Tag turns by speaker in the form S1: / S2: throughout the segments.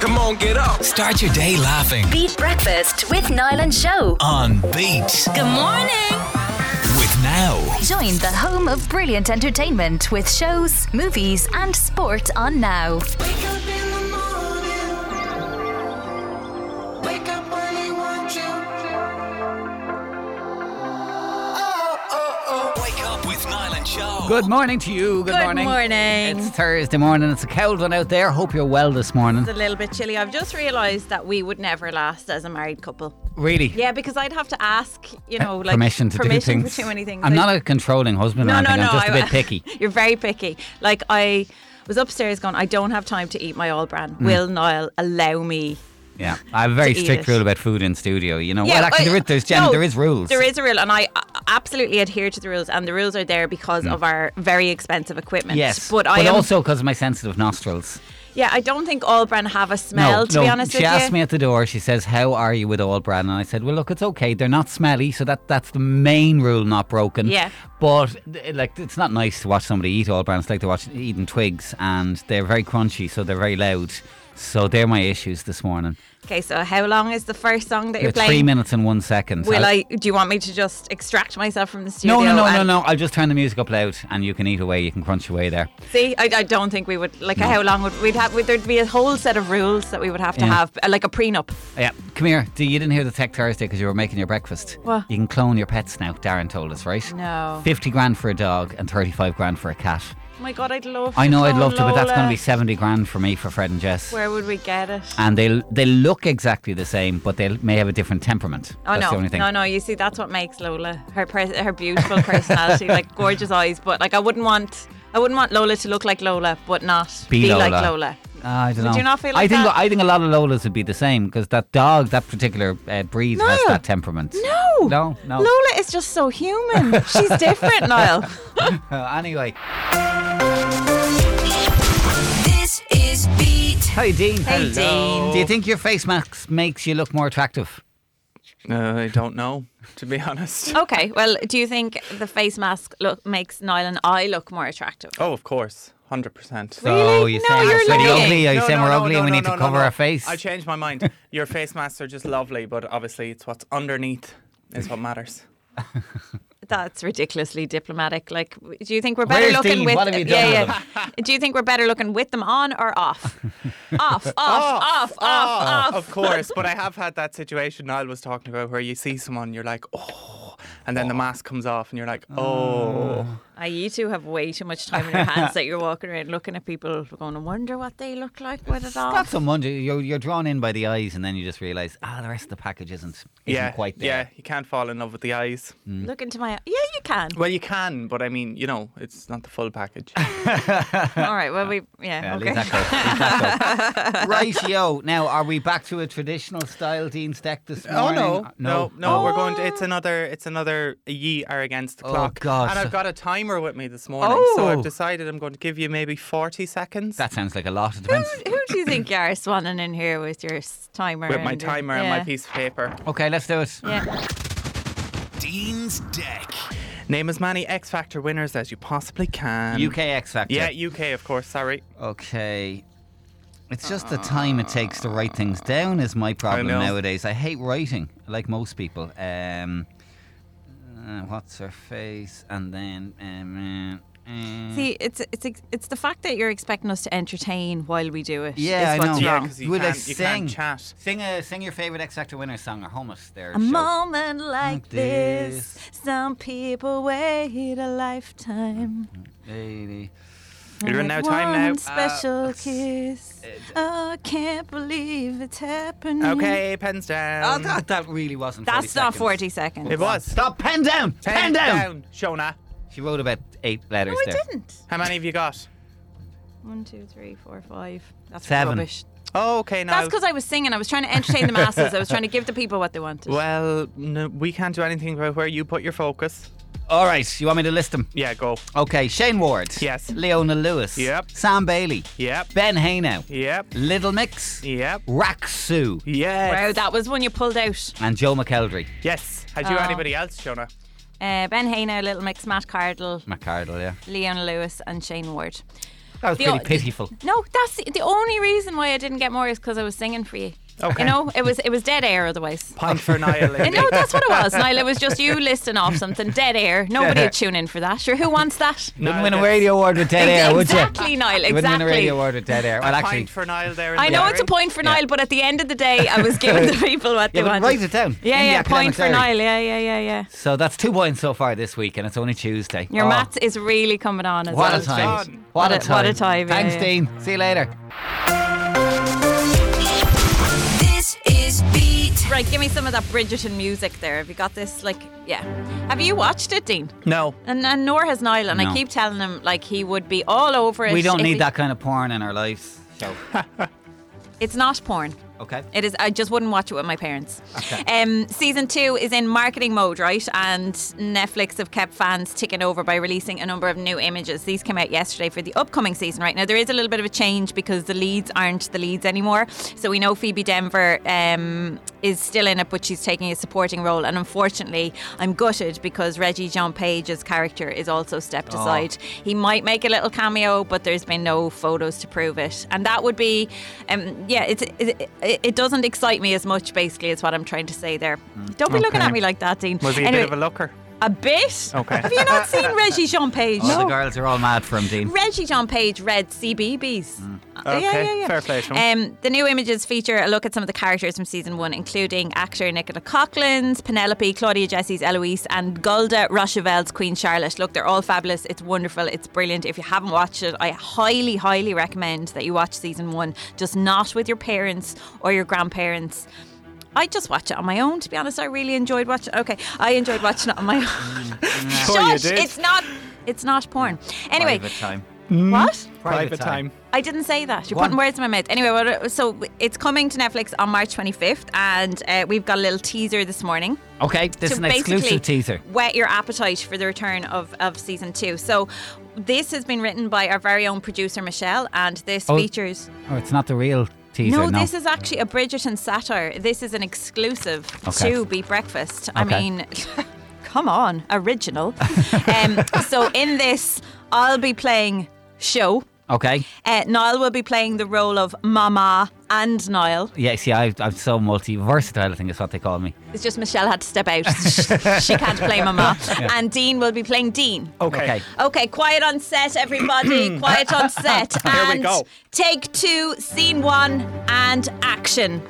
S1: Come on, get up.
S2: Start your day laughing
S3: Beat Breakfast with Niall and Show.
S2: on Beat
S3: Good morning.
S2: with Now.
S3: Join the home of brilliant entertainment with shows, movies, and sport on Now.
S4: Wake up in the morning. Wake up when he wants you. Oh, oh, oh.
S2: Wake up with Niall and Show.
S5: Good morning to you. Good,
S6: Good
S5: morning.
S6: morning.
S5: It's Thursday morning. It's a cold one out there. Hope you're well this morning.
S6: It's a little bit chilly. I've just realised that we would never last as a married couple.
S5: Really?
S6: Yeah, because I'd have to ask, you know,
S5: Eh,
S6: like
S5: permission to
S6: permission
S5: do things.
S6: for too many things.
S5: I'm
S6: Like-
S5: not a controlling husband. or
S6: no, no,
S5: anything.
S6: no.
S5: I'm just a
S6: I-
S5: bit picky.
S6: You're very picky. Like I was upstairs going, I don't have time to eat my all
S5: Mm.
S6: bran. Will Niall allow me?
S5: Yeah, I have a very
S6: To eat
S5: strict
S6: it.
S5: rule about food in studio. You know, well, actually,
S6: I-
S5: there is, there's Jen,
S6: no,
S5: there is rules.
S6: There is a rule, and I uh, absolutely adhere to the rules. And the rules are there because of our very expensive equipment.
S5: Mm. Yes,
S6: but I am-
S5: also because of my sensitive nostrils.
S6: yeah, I don't think all bran have a smell.
S5: no,
S6: to
S5: no.
S6: be honest
S5: she
S6: with
S5: asked
S6: you,
S5: me at the door. She says, "How are you with all brand?" And I said, "Well, look, it's okay. They're not smelly, so that that's the main rule not broken."
S6: Yeah.
S5: But eh, like, it's not nice to watch somebody eat all brand. It's like to watch eating twigs, and they're very crunchy, so they're very loud. So they're my issues this morning.
S6: okay, so how long is the first song that
S5: They're
S6: you're playing?
S5: three minutes and one second. I'll-
S6: Will I? Do you want me to just extract myself from the studio?
S5: No, no, no, no,
S6: and-
S5: no. I'll just turn the music up loud, and you can eat away. You can crunch away there.
S6: See, I, I don't think we would. Like, how long would we'd have? Would there'd be a whole set of rules that we would have to
S5: Yeah.
S6: have, uh, like a prenup?
S5: Yeah, come here. D, you didn't hear the Tech Thursday because you were making your breakfast.
S6: What?
S5: You can clone your pets now. Darren told us, right?
S6: No.
S5: 50 grand for a dog and 35 grand for a cat.
S6: Oh my God, I'd love.
S5: I know I'd love to, but that's going
S6: Oh, Lola.
S5: to be Ah, 70 grand for me for Fred and Jess.
S6: Where would we get it?
S5: and they they look exactly the same, but they may have a different temperament.
S6: Oh
S5: that's
S6: no,
S5: the only thing.
S6: no, no! You see, that's what makes Lola her pers- her beautiful personality, like gorgeous eyes. But like, I wouldn't want, I wouldn't want Lola to look like Lola, but not
S5: Be Lola.
S6: like Lola.
S5: Ah, I don't
S6: Would
S5: know.
S6: you not feel
S5: I
S6: like
S5: think
S6: that?
S5: I think a lot of Lolas would be the same because that dog, that particular uh, breed, has
S6: No.
S5: that temperament.
S6: No,
S5: no, no.
S6: Lola is just so human. She's different, Niall.
S5: Uh, anyway,
S7: This is Beat.
S5: hey Dean.
S6: Hey, Hello. Dean.
S5: Do you think your face mask makes you look more attractive?
S1: Uh, I don't know, to be honest.
S6: Okay, well, do you think the face mask look makes Niall and I look more attractive?
S1: Oh, of course. 100%.
S5: So
S6: Really?
S5: Oh, you
S6: No,
S5: saying
S6: you're
S5: we're
S6: lying.
S5: ugly? Are you
S1: No,
S5: saying
S1: no,
S5: we're
S1: no,
S5: ugly
S1: no,
S5: and we
S1: no,
S5: need
S1: no,
S5: to cover
S1: no.
S5: our face?
S1: I changed my mind. Your face masks are just lovely, but obviously it's what's underneath is what matters.
S6: That's ridiculously diplomatic. Like, w- do you think we're better
S5: Where's
S6: looking
S5: Dean?
S6: with?
S5: What have you done
S6: yeah, yeah. do you think we're better looking with them on or off? off, off, off, off, off.
S1: Oh, Of course, but I have had that situation Niall was talking about where you see someone, you're like, oh, and then the mask comes off and you're like, oh.
S6: Ah, you two have way too much time in your hands that you're walking around looking at people, going, I wonder what they look like with it on.
S5: Not so much. You're, you're drawn in by the eyes, and then you just realise, ah, the rest of the package isn't, isn't
S1: yeah,
S5: quite
S1: yeah,
S5: there.
S1: you can't fall in love with the eyes.
S6: Look into my. Yeah, you can.
S1: Well, you can, but I mean, you know, it's not the full package.
S6: All right. Well, we. Yeah.
S5: Yeah,
S6: okay.
S5: leave that go. Leave that go. Rightio. Now, are we back to a traditional style Dean's deck this morning?
S1: Oh, no, no! We're going. To, it's another. It's another. Ye are against the
S5: Oh,
S1: clock.
S5: God.
S1: And I've got a timer with me this morning, so
S5: Oh.
S1: I've decided I'm going to give you maybe 40 seconds
S5: That sounds like a lot. It depends.
S6: Who do you think you are swanning in here with your s- timer?
S1: with my
S6: and your-
S1: timer and
S6: yeah.
S1: my piece of paper.
S5: Okay, let's do it.
S6: Yeah.
S2: Dean's Deck.
S1: Name as many X Factor winners as you possibly can.
S5: UK X Factor.
S1: Yeah, UK, of course. Sorry.
S5: Okay. It's just the time it takes to write things down is my problem
S1: know.
S5: nowadays. I hate writing, like most people. Um, uh, what's her face? And then. Um, uh, uh,
S6: See, it's it's ex- it's the fact that you're expecting us to entertain while we do it.
S5: Oh. yeah,
S6: is
S5: I
S6: what's
S5: know.
S1: Yeah,
S6: Wrong.
S1: 'cause you
S5: Will I
S1: can't- you can't
S5: sing?
S1: chat.
S5: Sing, a, sing your favourite X Factor winner song or hummus there.
S6: A
S5: show.
S6: moment like this,
S5: this.
S6: some people wait a lifetime.
S5: Lady.
S6: And
S1: You're in no
S6: that
S1: time now. Uh,
S6: one special kiss.
S5: Uh,
S6: Oh, I can't believe it's happening.
S1: Uh, Okay, pens
S5: Oh,
S1: down.
S5: that, that really wasn't
S6: That's
S5: 40
S6: not
S5: seconds.
S6: 40 seconds.
S1: It was.
S5: Stop, pen down! Pen,
S1: Pens
S5: down.
S1: down, Shona.
S5: She wrote about eight letters
S6: No, I
S5: there.
S6: didn't.
S1: How many have you got?
S6: One, two, three, four, five. That's
S5: Seven.
S6: rubbish.
S1: Oh, okay, now.
S6: That's because I was singing. I was trying to entertain the masses. I was trying to give the people what they wanted.
S1: Well, no, we can't do anything about where you put your focus.
S5: All right, you want me to list them?
S1: Yeah, go.
S5: Okay, Shane Ward.
S1: Yes.
S5: Leona Lewis.
S1: Yep.
S5: Sam Bailey.
S1: Yep.
S5: Ben Haynow.
S1: Yep.
S5: Little Mix.
S1: Yep.
S5: Raksu.
S1: Yes.
S6: Wow, that was one you pulled out.
S5: And Joe McKeldry.
S1: Yes. Had you
S6: Oh.
S1: anybody else, Shona?
S6: Uh, ben Hayner, Little Mix, Matt Cardle,
S5: McCardle, yeah.
S6: Leon Lewis, and Shane Ward.
S5: That was
S6: The
S5: pretty
S6: o-
S5: pitiful.
S6: No, that's the, the only reason why I didn't get more is because I was singing for you.
S1: Okay.
S6: You know, it was it was dead air otherwise.
S1: Point for Niall.
S6: And
S1: Lily.
S6: no, that's what it was, Niall. It was just you listing off something dead air. Nobody would tune in for that. Sure, who wants that?
S5: Wouldn't
S1: Niall
S5: win a
S1: gets-
S5: radio award with dead air, would you?
S6: exactly, Niall.
S5: You Wouldn't win a radio
S6: Exactly.
S5: award with dead air. Well, actually,
S1: Point for Niall there. in
S6: I
S1: the
S6: know it's a
S1: diary.
S6: point for Niall, but at the end of the day, I was giving the people what they
S5: yeah, but
S6: wanted.
S5: write it down.
S6: Yeah,
S5: in the
S6: yeah, point
S5: academic
S6: for
S5: diary.
S6: Niall. Yeah, yeah, yeah, yeah.
S5: So that's two points so far this week, and it's only Tuesday.
S6: Your
S5: Oh,
S6: maths is really coming on as
S5: What
S6: well.
S5: a time!
S1: done.
S5: What a
S6: What a- what
S5: time!
S6: a time, yeah,
S5: Thanks,
S6: yeah.
S5: Dean. See you later.
S7: This is Beat.
S6: Right, give me some of that Bridgerton music there. Have you got this? Like, yeah. Have you watched it, Dean?
S1: No.
S6: And, and nor has Niall. And
S5: No.
S6: I keep telling him, like, he would be all over it.
S5: We don't
S6: if
S5: need
S6: he-
S5: that kind of porn in our lives. So,
S6: It's not porn.
S5: okay.
S6: It is. I just wouldn't watch it with my parents. Um, season two is in marketing mode, right? And Netflix have kept fans ticking over by releasing a number of new images. These came out yesterday for the upcoming season. Right now, there is a little bit of a change because the leads aren't the leads anymore. So we know Phoebe Denver um, is still in it, but she's taking a supporting role. And unfortunately, I'm gutted because Reggie Jean Page's character is also stepped
S1: Oh.
S6: aside. He might make a little cameo, but there's been no photos to prove it. And that would be, um, yeah, it's, it, it, it doesn't excite me as much, basically, is what I'm trying to say there. Don't be looking
S1: Mm. Okay.
S6: at me like that, Dean.
S1: Was he a
S6: Anyway,
S1: bit of a looker?
S6: a bit?
S1: Okay.
S6: Have you not seen Reggie Jean Page?
S5: Oh, the girls are all mad for him, Dean.
S6: Reggie John Page read CBBS. Uh, yeah,
S1: Mm. Okay,
S6: yeah, yeah.
S1: fair play to
S6: Um, the new images feature a look at some of the characters from season one, including actor Nicola Coughlin's Penelope, Claudia Jesse's Eloise, and Gulda Rochevelle's Queen Charlotte. Look, they're all fabulous. It's wonderful. It's brilliant. If you haven't watched it, I highly, highly recommend that you watch season one. Just not with your parents or your grandparents. I just watch it on my own. To be honest, I really enjoyed watching. Okay, I enjoyed watching it on my own.
S1: Sure you
S6: Shush,
S1: did.
S6: It's not. It's not porn. Anyway,
S5: Private time.
S6: what?
S1: Private time.
S6: I didn't say that. You're
S5: Go on.
S6: putting words in my mouth. Anyway, well, so it's coming to Netflix on March 25th, and uh, we've got a little teaser this morning.
S5: Okay, this
S6: to
S5: is an exclusive
S6: basically
S5: teaser.
S6: Whet your appetite for the return of, of season two. So this has been written by our very own producer Michelle, and this
S5: Oh,
S6: features.
S5: Oh, it's not the real teaser.
S6: No,
S5: No,
S6: this is actually a Bridgerton satire. This is an exclusive
S5: Okay.
S6: to Beat Breakfast. I
S5: Okay.
S6: mean, come on, original. um, so in this, I'll be playing show.
S5: okay.
S6: Uh, Niall will be playing the role of Mama and Niall.
S5: Yeah, see, I, I'm so multi versatile. I think is what they call me.
S6: It's just Michelle had to step out. she, she can't play Mama. And Dean will be playing Dean.
S1: Okay.
S6: Okay, quiet on set, everybody. quiet on set.
S1: Here
S6: And
S1: we go.
S6: take two, scene one, and action.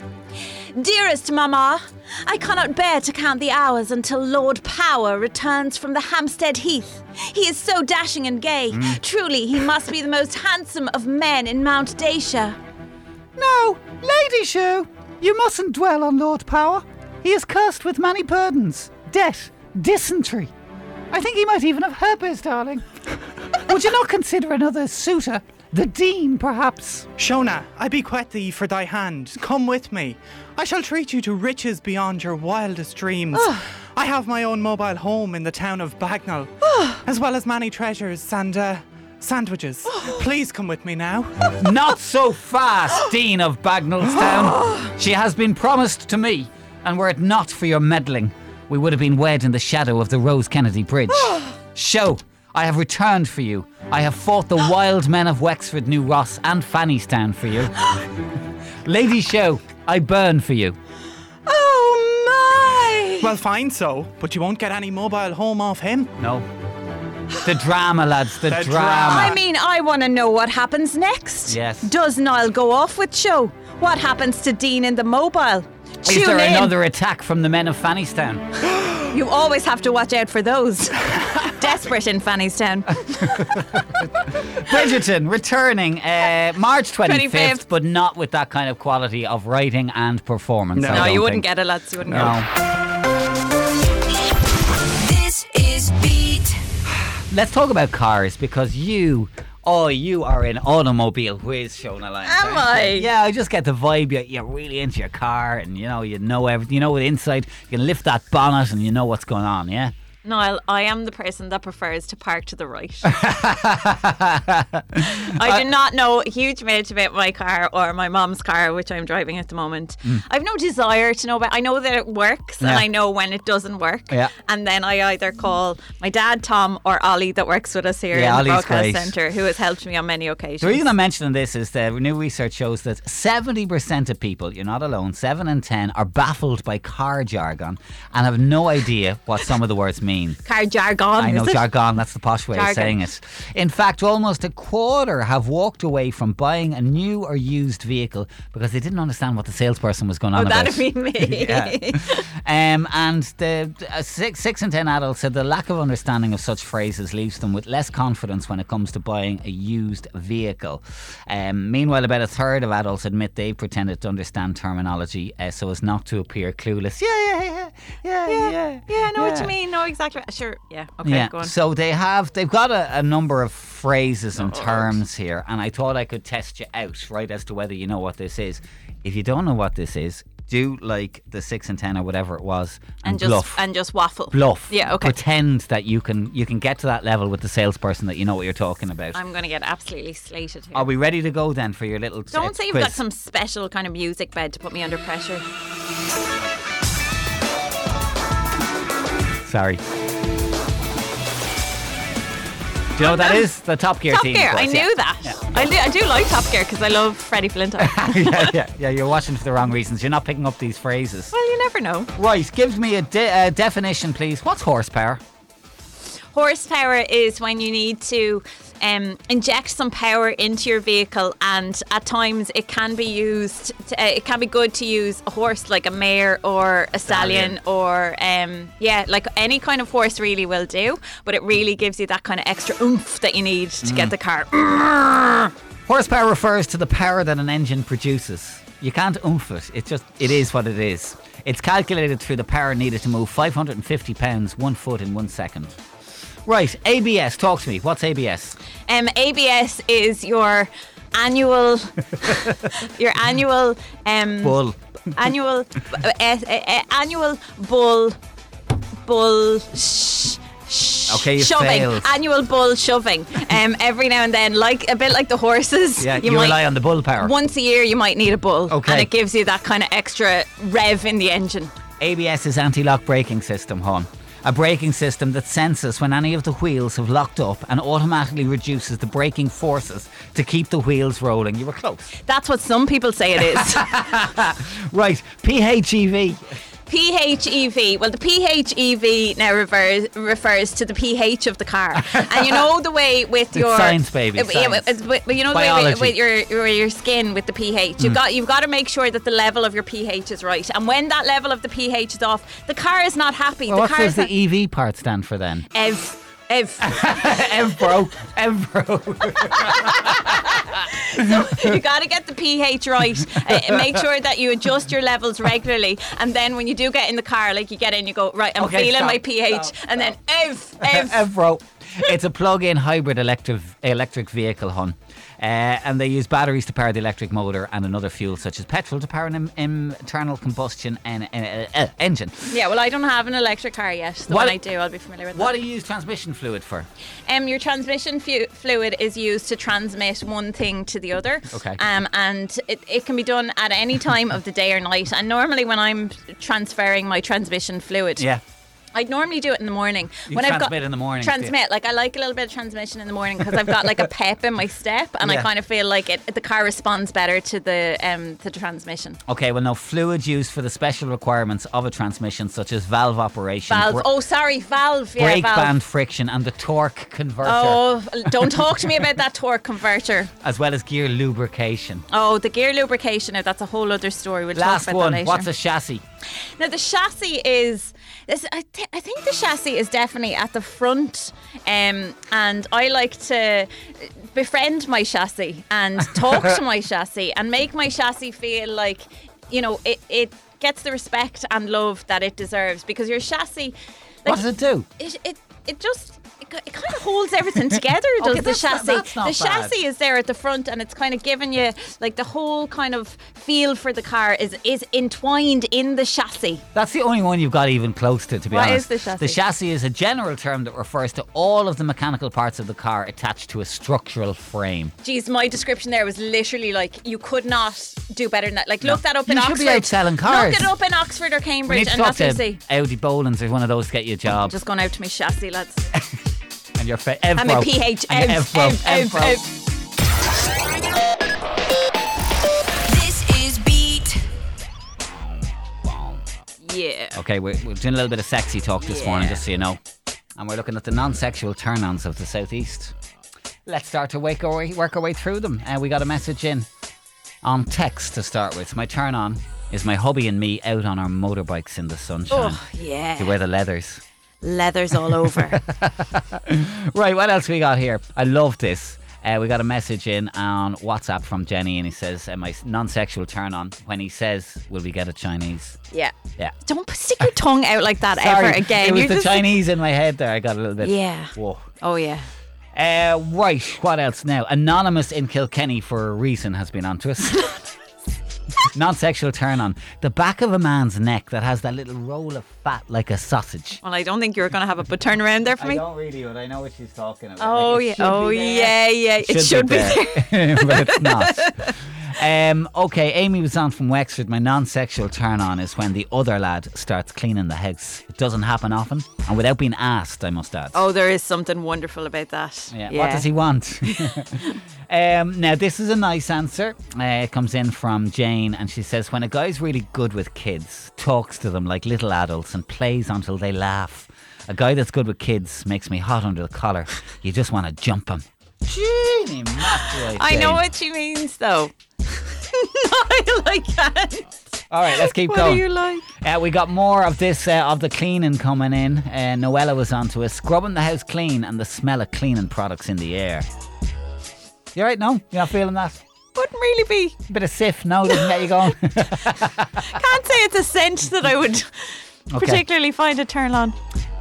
S6: Dearest Mama, I cannot bear to count the hours until Lord Power returns from the Hampstead Heath. He is so dashing and gay.
S1: Mm.
S6: Truly, he must be the most handsome of men in Mount Dacia.
S5: No, Lady Shoe, you mustn't dwell on Lord Power. He is cursed with many burdens, debt, dysentery. I think he might even have herpes, darling. Would you not consider another suitor? The Dean, perhaps?
S1: Shona, I bequeath thee for thy hand. Come with me. I shall treat you to riches beyond your wildest dreams. I have my own mobile home in the town of Bagnall, as well as many treasures and uh, sandwiches. Please come with me now.
S5: Not so fast, Dean of Bagnallstown. she has been promised to me, and were it not for your meddling, we would have been wed in the shadow of the Rose Kennedy Bridge. Show, I have returned for you. I have fought the wild men of Wexford, New Ross, and Fannystown for you. Lady Show, I burn for you.
S6: Oh my!
S1: well, fine so, but you won't get any mobile home off him.
S5: No. The drama, lads, the,
S1: The
S5: drama.
S1: drama.
S6: I mean, I want to know what happens next.
S5: Yes.
S6: Does Niall go off with Show? What happens to Dean in the mobile?
S5: Is
S6: Tune
S5: there
S6: in.
S5: another attack from the men of Fannystown?
S6: You always have to watch out for those. Desperate in Fannystown.
S5: Bridgerton returning uh, March 25th,
S6: 25th.
S5: but not with that kind of quality of writing and performance.
S1: No.
S5: I
S6: No,
S5: don't
S6: you wouldn't
S5: think.
S6: get it, lads. You wouldn't get it.
S5: No.
S7: This is Beat.
S5: Let's talk about cars because you, oh, you are an automobile whiz, Shona Lyons. aren't
S6: Am
S5: you?
S6: I?
S5: Yeah, I just get the vibe. You're, you're really into your car and you know, you know everything. You know it inside. You can lift that bonnet and you know what's going on, yeah?
S6: Niall, I am the person that prefers to park to the right. I
S5: Uh,
S6: do not know a huge amount about my car or my mom's car, which I'm driving at the moment. I've no desire to know about. I know that it works,
S5: Mm. Yeah.
S6: and I know when it doesn't work.
S5: Yeah.
S6: And then I either call my dad, Tom, or Ollie, that works with us here
S5: Yeah,
S6: in the
S5: Ollie's
S6: broadcast
S5: great.
S6: centre, who has helped me on many occasions.
S5: The reason I'm mentioning this is that new research shows that 70% of people, you're not alone, 7 in 10 are baffled by car jargon and have no idea what some of the words mean.
S6: car jargon.
S5: I know
S6: Um, is it?
S5: jargon, that's the posh way of
S6: Jargon.
S5: saying it. In fact, almost a quarter have walked away from buying a new or used vehicle because they didn't understand what the salesperson was going on
S6: Oh,
S5: about.
S6: that'd be me.
S5: Yeah. um, and the uh, six, six in ten adults said the lack of understanding of such phrases leaves them with less confidence when it comes to buying a used vehicle. Um, meanwhile, about a third of adults admit they pretended to understand terminology uh, so as not to appear clueless. Yeah, yeah, yeah, yeah, yeah.
S6: Yeah, I know what you mean. No, exactly. Sure. Yeah. Okay.
S5: Yeah.
S6: Go on.
S5: So they have they've got a, a number of phrases
S6: Oh.
S5: and terms here, and I thought I could test you out, right, as to whether you know what this is. If you don't know what this is, do like the six and ten or whatever it was, and,
S6: and just
S5: bluff.
S6: and just waffle.
S5: bluff.
S6: Yeah. Okay.
S5: Pretend that you can you can get to that level with the salesperson that you know what you're talking about.
S6: I'm gonna get absolutely slated here.
S5: Are we ready to go then for your little?
S6: Don't
S5: uh,
S6: say you've
S5: quiz?
S6: got some special kind of music bed to put me under pressure.
S5: Sorry. Do you know what that is? The Top Gear
S6: Top
S5: team.
S6: Gear.
S5: was,
S6: I
S5: yeah.
S6: knew that. I do. I do like Top Gear because I love Freddie Flintoff.
S5: yeah, yeah, yeah. You're watching for the wrong reasons. You're not picking up these phrases.
S6: well, you never know.
S5: Right, give me a de- uh, definition, please. What's horsepower?
S6: Horsepower is when you need to um, inject some power into your vehicle, and at times it can be used. To, uh, it can be good to use a horse like a mare or a stallion, or um, yeah, like any kind of horse really will do. But it really gives you that kind of extra oomph that you need to
S5: Mm.
S6: get the car.
S5: Horsepower refers to the power that an engine produces. You can't oomph it. It just it is what it is. It's calculated through the power needed to move 550 pounds one foot in one second. Right, ABS. Talk to me. What's ABS?
S6: Um, ABS is your annual, your annual, um,
S5: Bull.
S6: annual, uh, uh, uh, annual bull, bull. Sh- sh-
S5: Okay, you
S6: shoving
S5: failed.
S6: annual bull shoving um, every now and then like a bit like the horses
S5: Yeah, you, rely on the bull power.
S6: once a year you might need a bull
S5: Okay.
S6: and it gives you that kind of extra rev in the engine
S5: ABS is anti-lock braking system, hon. A braking system that senses when any of the wheels have locked up and automatically reduces the braking forces to keep the wheels rolling. You were close.
S6: that's what some people say it is
S5: Right, E PHEV.
S6: PHEV. E Well, the PHEV now refers refers to the pH of the car, and you know the way with your
S5: science, baby,
S6: Uh, yeah,
S5: science.
S6: but- but- but you know the way
S5: Biology. Mm.
S6: with, with your, your your skin with the pH. You've got you've got to make sure that the level of your pH is right, and when that level of the pH is off, the car is not happy.
S5: Well,
S6: the
S5: what
S6: car
S5: does
S6: is
S5: the E?
S6: not,
S5: EV part stand for then?
S6: Ev. Ev.
S5: Evro. Evro.
S6: you got to get the pH right. Uh, make sure that you adjust your levels regularly, and then when you do get in the car, like you get in, you go right. I'm
S5: Okay,
S6: feeling
S5: stop,
S6: my pH,
S5: stop,
S6: and then Ev. Ev.
S5: Evro. It's a plug-in hybrid electric electric vehicle, hon, uh, and they use batteries to power the electric motor and another fuel such as petrol to power an im- internal combustion en- en- uh, uh, engine.
S6: Yeah, well, I don't have an electric car yet. So
S5: What-
S6: when I do, I'll be familiar with
S5: What do
S6: that.
S5: you use transmission fluid for?
S6: Um, your transmission fu- fluid is used to transmit one thing to the other.
S5: Okay.
S6: Um, and it, it can be done at any time of the day or night. And normally, when I'm transferring my transmission fluid,
S5: Yeah.
S6: I'd normally do it in the morning.
S5: You transmit in the morning, do you?
S6: Transmit. Like I like a little bit of transmission in the morning because I've got like a pep in my step, and
S5: Yeah.
S6: I kind of feel like it. The car responds better to the um to the transmission.
S5: Okay, well, no, fluid used for the special requirements of a transmission, such as valve operation,
S6: Valve.
S5: bra-
S6: oh, sorry, valve. Yeah,
S5: brake
S6: valve.
S5: band friction, and the torque converter,
S6: Oh, don't talk to me about that torque converter.
S5: as well as gear lubrication.
S6: Oh, the gear lubrication. Now that's a whole other story. We'll
S5: Last
S6: talk about
S5: one,
S6: that later.
S5: what's a chassis?
S6: now the chassis is. This, I, th- I think the chassis is definitely at the front, um, and I like to befriend my chassis and talk to my chassis and make my chassis feel like, you know, it, it gets the respect and love that it deserves because your chassis. Like,
S5: What does it do?
S6: it, it, it just it it kind of holds everything together. Does
S5: Okay,
S6: the
S5: that's not-
S6: chassis?
S5: that's not
S6: the
S5: bad.
S6: chassis is there at the front, and it's kind of giving you like the whole kind of feel for the car is is entwined in the chassis.
S5: That's the only one you've got even close to, to be
S6: What
S5: honest.
S6: is the chassis?
S5: The chassis is a general term that refers to all of the mechanical parts of the car attached to a structural frame.
S6: Geez, my description there was literally like you could not do better than that. Like look that up in
S5: You should
S6: Oxford.
S5: be out selling cars.
S6: Look it up in Oxford or
S5: We
S6: Cambridge,
S5: need to
S6: and
S5: talk
S6: that's what you
S5: to
S6: see.
S5: Audi Bolins or one of those to get you a job.
S6: Just gone out to my chassis, lads.
S5: and your fa-
S6: I'm a
S5: Evro.
S6: PH.
S5: And your
S6: Ev, Ev, Ev,
S5: Evro.
S6: Ev.
S7: This is beat.
S6: Yeah.
S5: Okay, we're, we're doing a little bit of sexy talk this morning,
S6: Yeah.
S5: just so you know. And we're looking at the non sexual turn ons of the Southeast. Let's start to wake our way, work our way through them. Uh, we got a message in on text to start with. My turn on is my hubby and me out on our motorbikes in the sunshine.
S6: Oh yeah.
S5: You wear the leathers.
S6: Leathers all over.
S5: Right, what else we got here? I love this. Uh, we got a message in on WhatsApp from Jenny, and he says, uh, My non sexual turn on when he says, Will we get a Chinese?
S6: yeah.
S5: Yeah.
S6: Don't stick your tongue out like that
S5: Sorry,
S6: ever again.
S5: It was
S6: You're
S5: the
S6: just-
S5: Chinese in my head there. I got a little bit.
S6: Yeah.
S5: Whoa.
S6: Oh yeah.
S5: Uh, right, what else now? Anonymous in Kilkenny for a reason has been onto us. non sexual turn on. The back of a man's neck that has that little roll of fat like a sausage.
S6: Well, I don't think you were going to have a but turn around there for
S5: I
S6: me.
S5: don't really, but I know what she's talking about.
S6: Oh
S5: Like, it
S6: yeah.
S5: should
S6: Oh
S5: be there.
S6: yeah. Yeah. It should be there.
S5: but it's not. Um, okay, Amy was on from Wexford. My non sexual turn on is when the other lad starts cleaning the house. It doesn't happen often, and without being asked, I must add.
S6: Oh, there is something wonderful about that.
S5: Yeah. What does he want? um, now, this is a nice answer. Uh, it comes in from Jane, and she says When a guy's really good with kids, talks to them like little adults, and plays until they laugh. A guy that's good with kids makes me hot under the collar. You just want to jump him. Jeannie Macroy,
S6: I know
S5: Jane.
S6: what she means, though. I like that.
S5: All right, let's keep
S6: What
S5: going.
S6: are you like?
S5: Uh, we got more of this uh, of the cleaning coming in. Uh, Noella was onto us, scrubbing the house clean and the smell of cleaning products in the air. You all right? No, you're not feeling that.
S6: Wouldn't really be.
S5: Bit of sif, no, doesn't get you going.
S6: Can't say it's a scent that I would particularly find a turn on.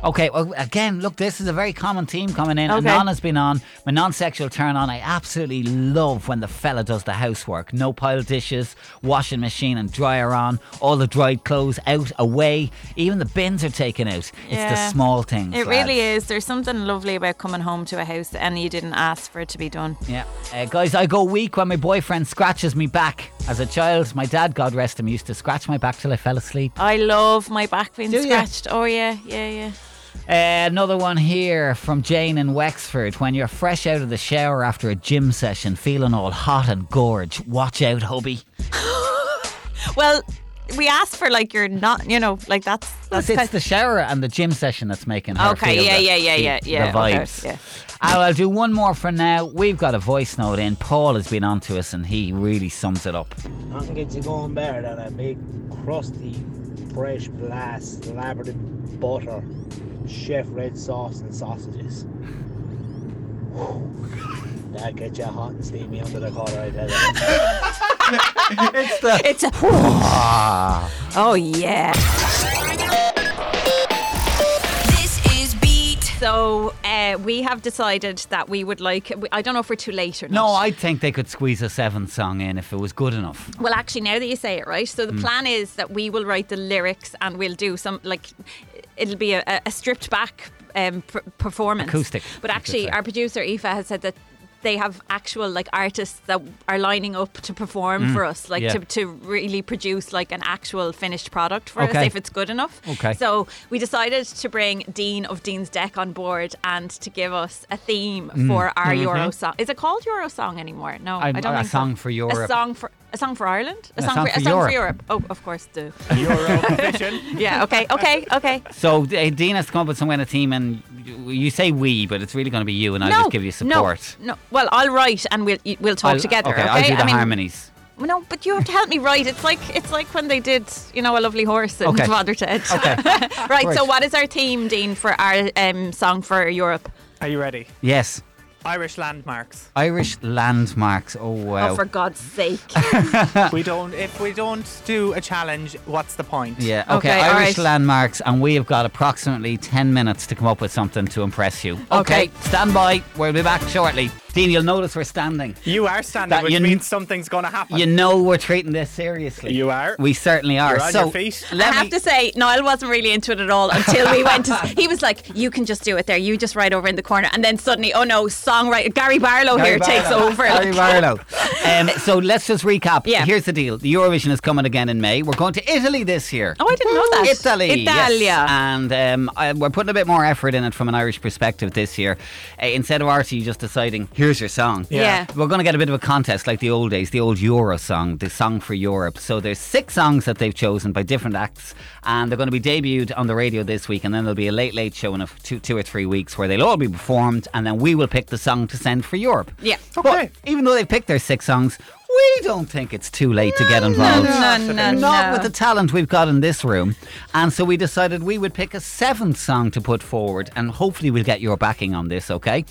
S5: okay, well, again, look, this is a very common theme coming in.
S6: Okay.
S5: Anon has been on. My non sexual turn on, I absolutely love when the fella does the housework. No pile of dishes, washing machine and dryer on, all the dried clothes out, away, even the bins are taken out. It's the
S6: Yeah.
S5: small things.
S6: It
S5: lads.
S6: really is. There's something lovely about coming home to a house and you didn't ask for it to be done.
S5: Yeah. Uh, guys, I go weak when my boyfriend scratches me back. As a child, my dad, God rest him, used to scratch my back till I fell asleep.
S6: I love my back being
S5: Do ya?
S6: scratched. Oh yeah, yeah, yeah.
S5: Uh, another one here from Jane in Wexford. When you're fresh out of the shower after a gym session, feeling all hot and gorge, watch out, hubby.
S6: Well, we asked for like you're not, you know, like that's that's
S5: it's
S6: kind-
S5: the shower and the gym session that's making her
S6: Okay,
S5: feel
S6: yeah,
S5: the-
S6: yeah, yeah,
S5: the-
S6: yeah,
S5: the
S6: yeah, okay,
S5: vibes.
S6: yeah.
S5: I'll, I'll do one more for now. We've got a voice note in. Paul has been on to us and he really sums it up.
S8: Nothing gets you going better than a big, crusty, fresh blast slathered in butter, chef red sauce, and sausages. that gets you hot and steamy under the collar, I tell you.
S6: it's a Oh yeah.
S7: This is beat.
S6: So uh, we have decided that we would like. we- I don't know if we're too late or not.
S5: No, I think they could squeeze a seven song in if it was good enough.
S6: Well, actually, now that you say it, right?
S5: Mm.
S6: So the plan is that we will write the lyrics and we'll do some like it'll be a, a stripped back um, pr- performance,
S5: Acoustic,
S6: But
S5: you could
S6: actually,
S5: say.
S6: our producer Aoife has said that. They have actual like artists that are lining up to perform for us, like
S5: Mm. yeah.
S6: to, to really produce like an actual finished product for us
S5: Okay.
S6: if it's good enough.
S5: Okay.
S6: So we decided to bring Dean of Dean's Deck on board and to give us a theme for our Euro song. Is it called Euro song anymore? No,
S5: Mm. Mm-hmm. I'm-
S6: I do not
S5: a
S6: think so.
S5: song for Europe.
S6: A song for a song for Ireland. A, song, for, a song for Europe. Oh, of course, the
S1: Eurovision.
S6: yeah. Okay, okay, okay.
S5: So uh, Dean has to come up with some kind of team, and you- you say we, but it's really going to be you, and I'll
S6: no,
S5: just give you support.
S6: No, no. Well, I'll write and we'll y- we'll talk
S5: I'll-
S6: together.
S5: Okay,
S6: Okay,
S5: I'll do the
S6: I mean,
S5: harmonies.
S6: No, but you have to help me write. It's like it's like when they did, you know, a lovely horse and
S5: Okay.
S6: Father Ted.
S5: Okay.
S6: right, So,
S5: Right.
S6: what is our theme, Dean, for our um, song for Europe?
S1: Are you ready?
S5: Yes.
S1: Irish landmarks.
S5: Irish landmarks. Oh wow.
S6: Oh, for God's sake.
S1: we don't. If we don't do a challenge, what's the point?
S5: yeah, okay,
S6: Okay, all
S5: Irish
S6: right.
S5: landmarks, and we have got approximately 10 minutes to come up with something to impress you. Okay,
S6: Okay.
S5: stand by. We'll be back shortly. Dean, you'll notice we're standing.
S1: You are standing,
S5: That
S1: which
S5: you kn-
S1: means something's going to happen.
S5: You know we're treating this seriously.
S1: You are.
S5: We certainly are.
S1: You're on
S5: so
S1: your feet.
S5: Let
S6: I have
S5: me,
S6: to say, Niall wasn't really into it at all until we went to. He was like, "You can just do it there. You just right over in the corner." And then suddenly, oh no, songwriter Gary Barlow
S5: Gary
S6: here takes
S5: Barlow.
S6: over.
S5: Gary
S6: Like,
S5: Barlow. Um, so let's just recap.
S6: Yeah.
S5: Here's the deal. The Eurovision is coming again in May. We're going to Italy this year.
S6: Oh, I didn't know that.
S5: Italy. yes.
S6: Italia.
S5: And um, I, we're putting a bit more effort in it from an Irish perspective this year. Uh, instead of RT just deciding, here's your song.
S6: Yeah.
S5: We're going to get a bit of a contest like the old days, the old Euro song, the song for Europe. So there's six songs that they've chosen by different acts, and they're going to be debuted on the radio this week, and then there'll be a late, late show in a f- two, two or three weeks where they'll all be performed, and then we will pick the song to send for Europe.
S6: Yeah.
S5: But even though they've picked their six songs, we don't think it's too late to get involved.
S6: No, no, no.
S5: Not with the talent we've got in this room. And so we decided we would pick a seventh song to put forward, and hopefully we'll get your backing on this, okay?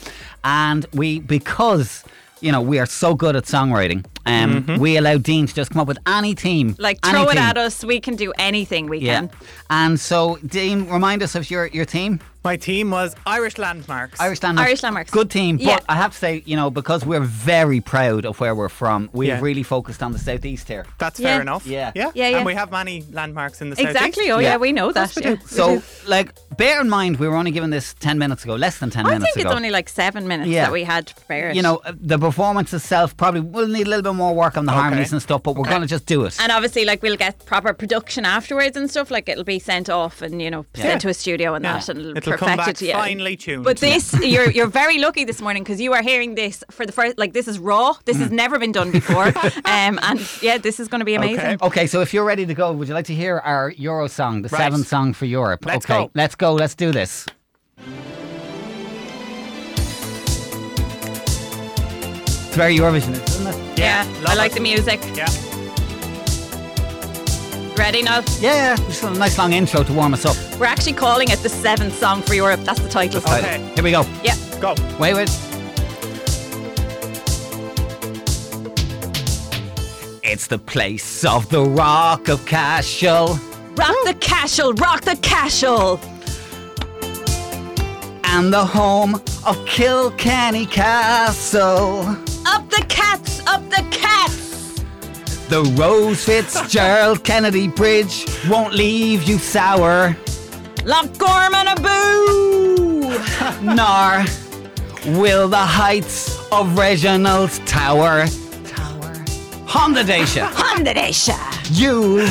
S5: And we, because, you know, we are so good at songwriting, um, we allow Dean to just come up with any theme.
S6: Mm-hmm. like
S5: any
S6: throw it
S5: theme.
S6: at us. We can do anything. We
S5: Yeah.
S6: can.
S5: And so, Dean, remind us of your, your team.
S1: My team was Irish landmarks.
S5: Irish Landmarks.
S6: Irish Landmarks.
S5: Good team.
S6: Yeah.
S5: But I have to say, you know, because we're very proud of where we're from, we've
S1: Yeah.
S5: really focused on the Southeast here.
S1: That's
S6: Yeah.
S1: fair enough.
S5: Yeah.
S1: yeah.
S6: Yeah, yeah.
S1: And we have many landmarks in the
S6: Exactly.
S1: southeast.
S6: Oh
S5: Yeah.
S6: yeah, we know that. yeah.
S5: So, like, bear in mind, we were only given this 10 minutes ago, less than 10
S6: I
S5: minutes
S6: think
S5: ago.
S6: it's only like seven minutes
S5: Yeah.
S6: that we had to prepare it.
S5: you know, uh, the performance itself probably will need a little bit more work on the harmonies and stuff, but we're going to just do it.
S6: And obviously, like we'll get proper production afterwards and stuff. Like it'll be sent off and you know sent to a studio and
S1: Yeah.
S6: that, and it'll,
S1: It'll
S6: perfect
S1: come back
S6: it. Yeah.
S1: finely tuned.
S6: But this, you're you're very lucky this morning because you are hearing this for the first. Like this is raw. This has never been done before. um, and yeah, this is going to be amazing.
S5: okay, so if you're ready to go, would you like to hear our Euro song, the
S1: Right.
S5: seventh song for Europe?
S1: Let's
S5: okay,
S1: go.
S5: let's go, let's do this. It's very Eurovision, isn't it?
S6: Yeah,
S1: love
S6: I like
S1: it.
S6: the music.
S1: Yeah.
S6: Ready now?
S5: Yeah, just a nice long intro to warm us up.
S6: We're actually calling it the seventh song for Europe. That's the title.
S1: Okay.
S5: Here we go.
S6: Yeah.
S1: Go.
S5: Wait, wait. It's the place of the Rock of Cashel
S6: Rock the cashel, rock the cashel.
S5: and the home of Kilkenny Castle.
S6: Up the cats, up the cats.
S5: The Rose Fitzgerald Kennedy Bridge won't leave you sour,
S6: Gorman a boo.
S5: nor will the heights of Reginald's Tower. Tower. Hondadation.
S6: Ponderation.
S5: You'll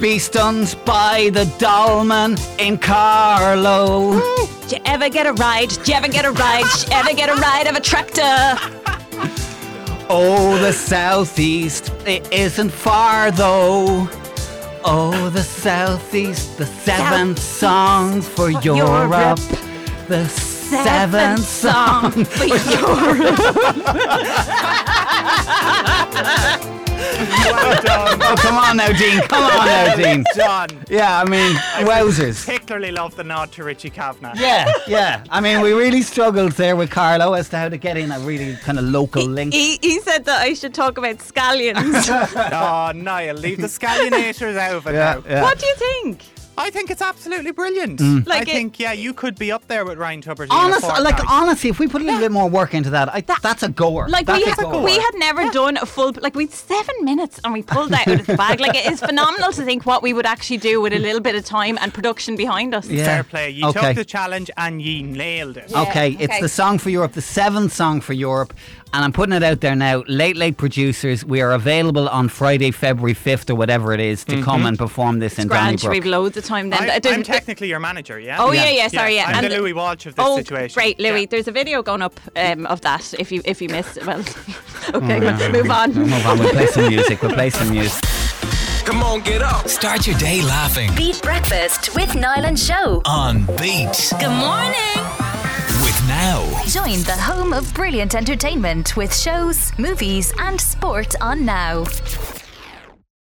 S5: be stunned by the Dolman in Carlow.
S6: Did you ever get a ride? Did you ever get a ride? Did you ever get a ride of a tractor?
S5: Oh, the southeast, it isn't far though. Oh, the southeast, the seventh songs for Europe.
S6: Europe.
S5: The seventh song.
S6: for Europe.
S5: Oh, come on now, Dean. Come on now, Dean.
S1: Done.
S5: Yeah, I mean, wowzers.
S1: Particularly love the nod to Richie Kavanagh.
S5: Yeah, yeah. I mean, we really struggled there with Carlo as to how to get in a really kind of local link.
S6: He, he said that I should talk about scallions.
S1: Oh, Niall, leave the scallionators out of it now.
S6: What do you think?
S1: I think it's absolutely brilliant.
S6: Like
S1: I
S6: it-
S1: think, yeah, you could be up there with Ryan Tubbers. in a
S5: Mm. Honest, like
S1: fortnight.
S5: honestly, if we put a little bit more work into that, I, that's a goer.
S6: Like
S5: that's
S6: we,
S5: a
S6: ha-
S5: goer.
S6: we had never done a full like we'd seven minutes and we pulled that out of the bag. Like it is phenomenal to think what we would actually do with a little bit of time and production behind us.
S5: Yeah.
S1: Fair play. You
S5: Eh, Okay. Oh.
S1: took the challenge and ye nailed it.
S5: Okay, it's the song for Europe, the seventh song for Europe, and I'm putting it out there now. Late, late producers, we are available on Friday, February 5th or whatever it is to
S1: Mm-hmm.
S5: come and perform this in
S6: Grand,
S5: Donnybrook.
S6: we've loads of time then.
S1: I,
S6: That doesn't-
S1: am technically your manager, yeah?
S6: uh, Oh yeah, yeah, sorry, yeah.
S1: I'm
S6: And-
S1: the Louis Walsh of this
S6: oh,
S1: situation.
S6: great, Louis.
S1: Yeah.
S6: There's a video going up um, of that. If you if you missed, it. well,
S5: Oh,
S6: okay, well, move on.
S5: We'll move on, we'll play some music, we'll play some music.
S2: Come on, get up. Start your day laughing
S3: Beat Breakfast with Niall and Show.
S2: on Beat
S7: Good morning.
S2: with Now.
S3: Join the home of brilliant entertainment with shows, movies, and sport on now.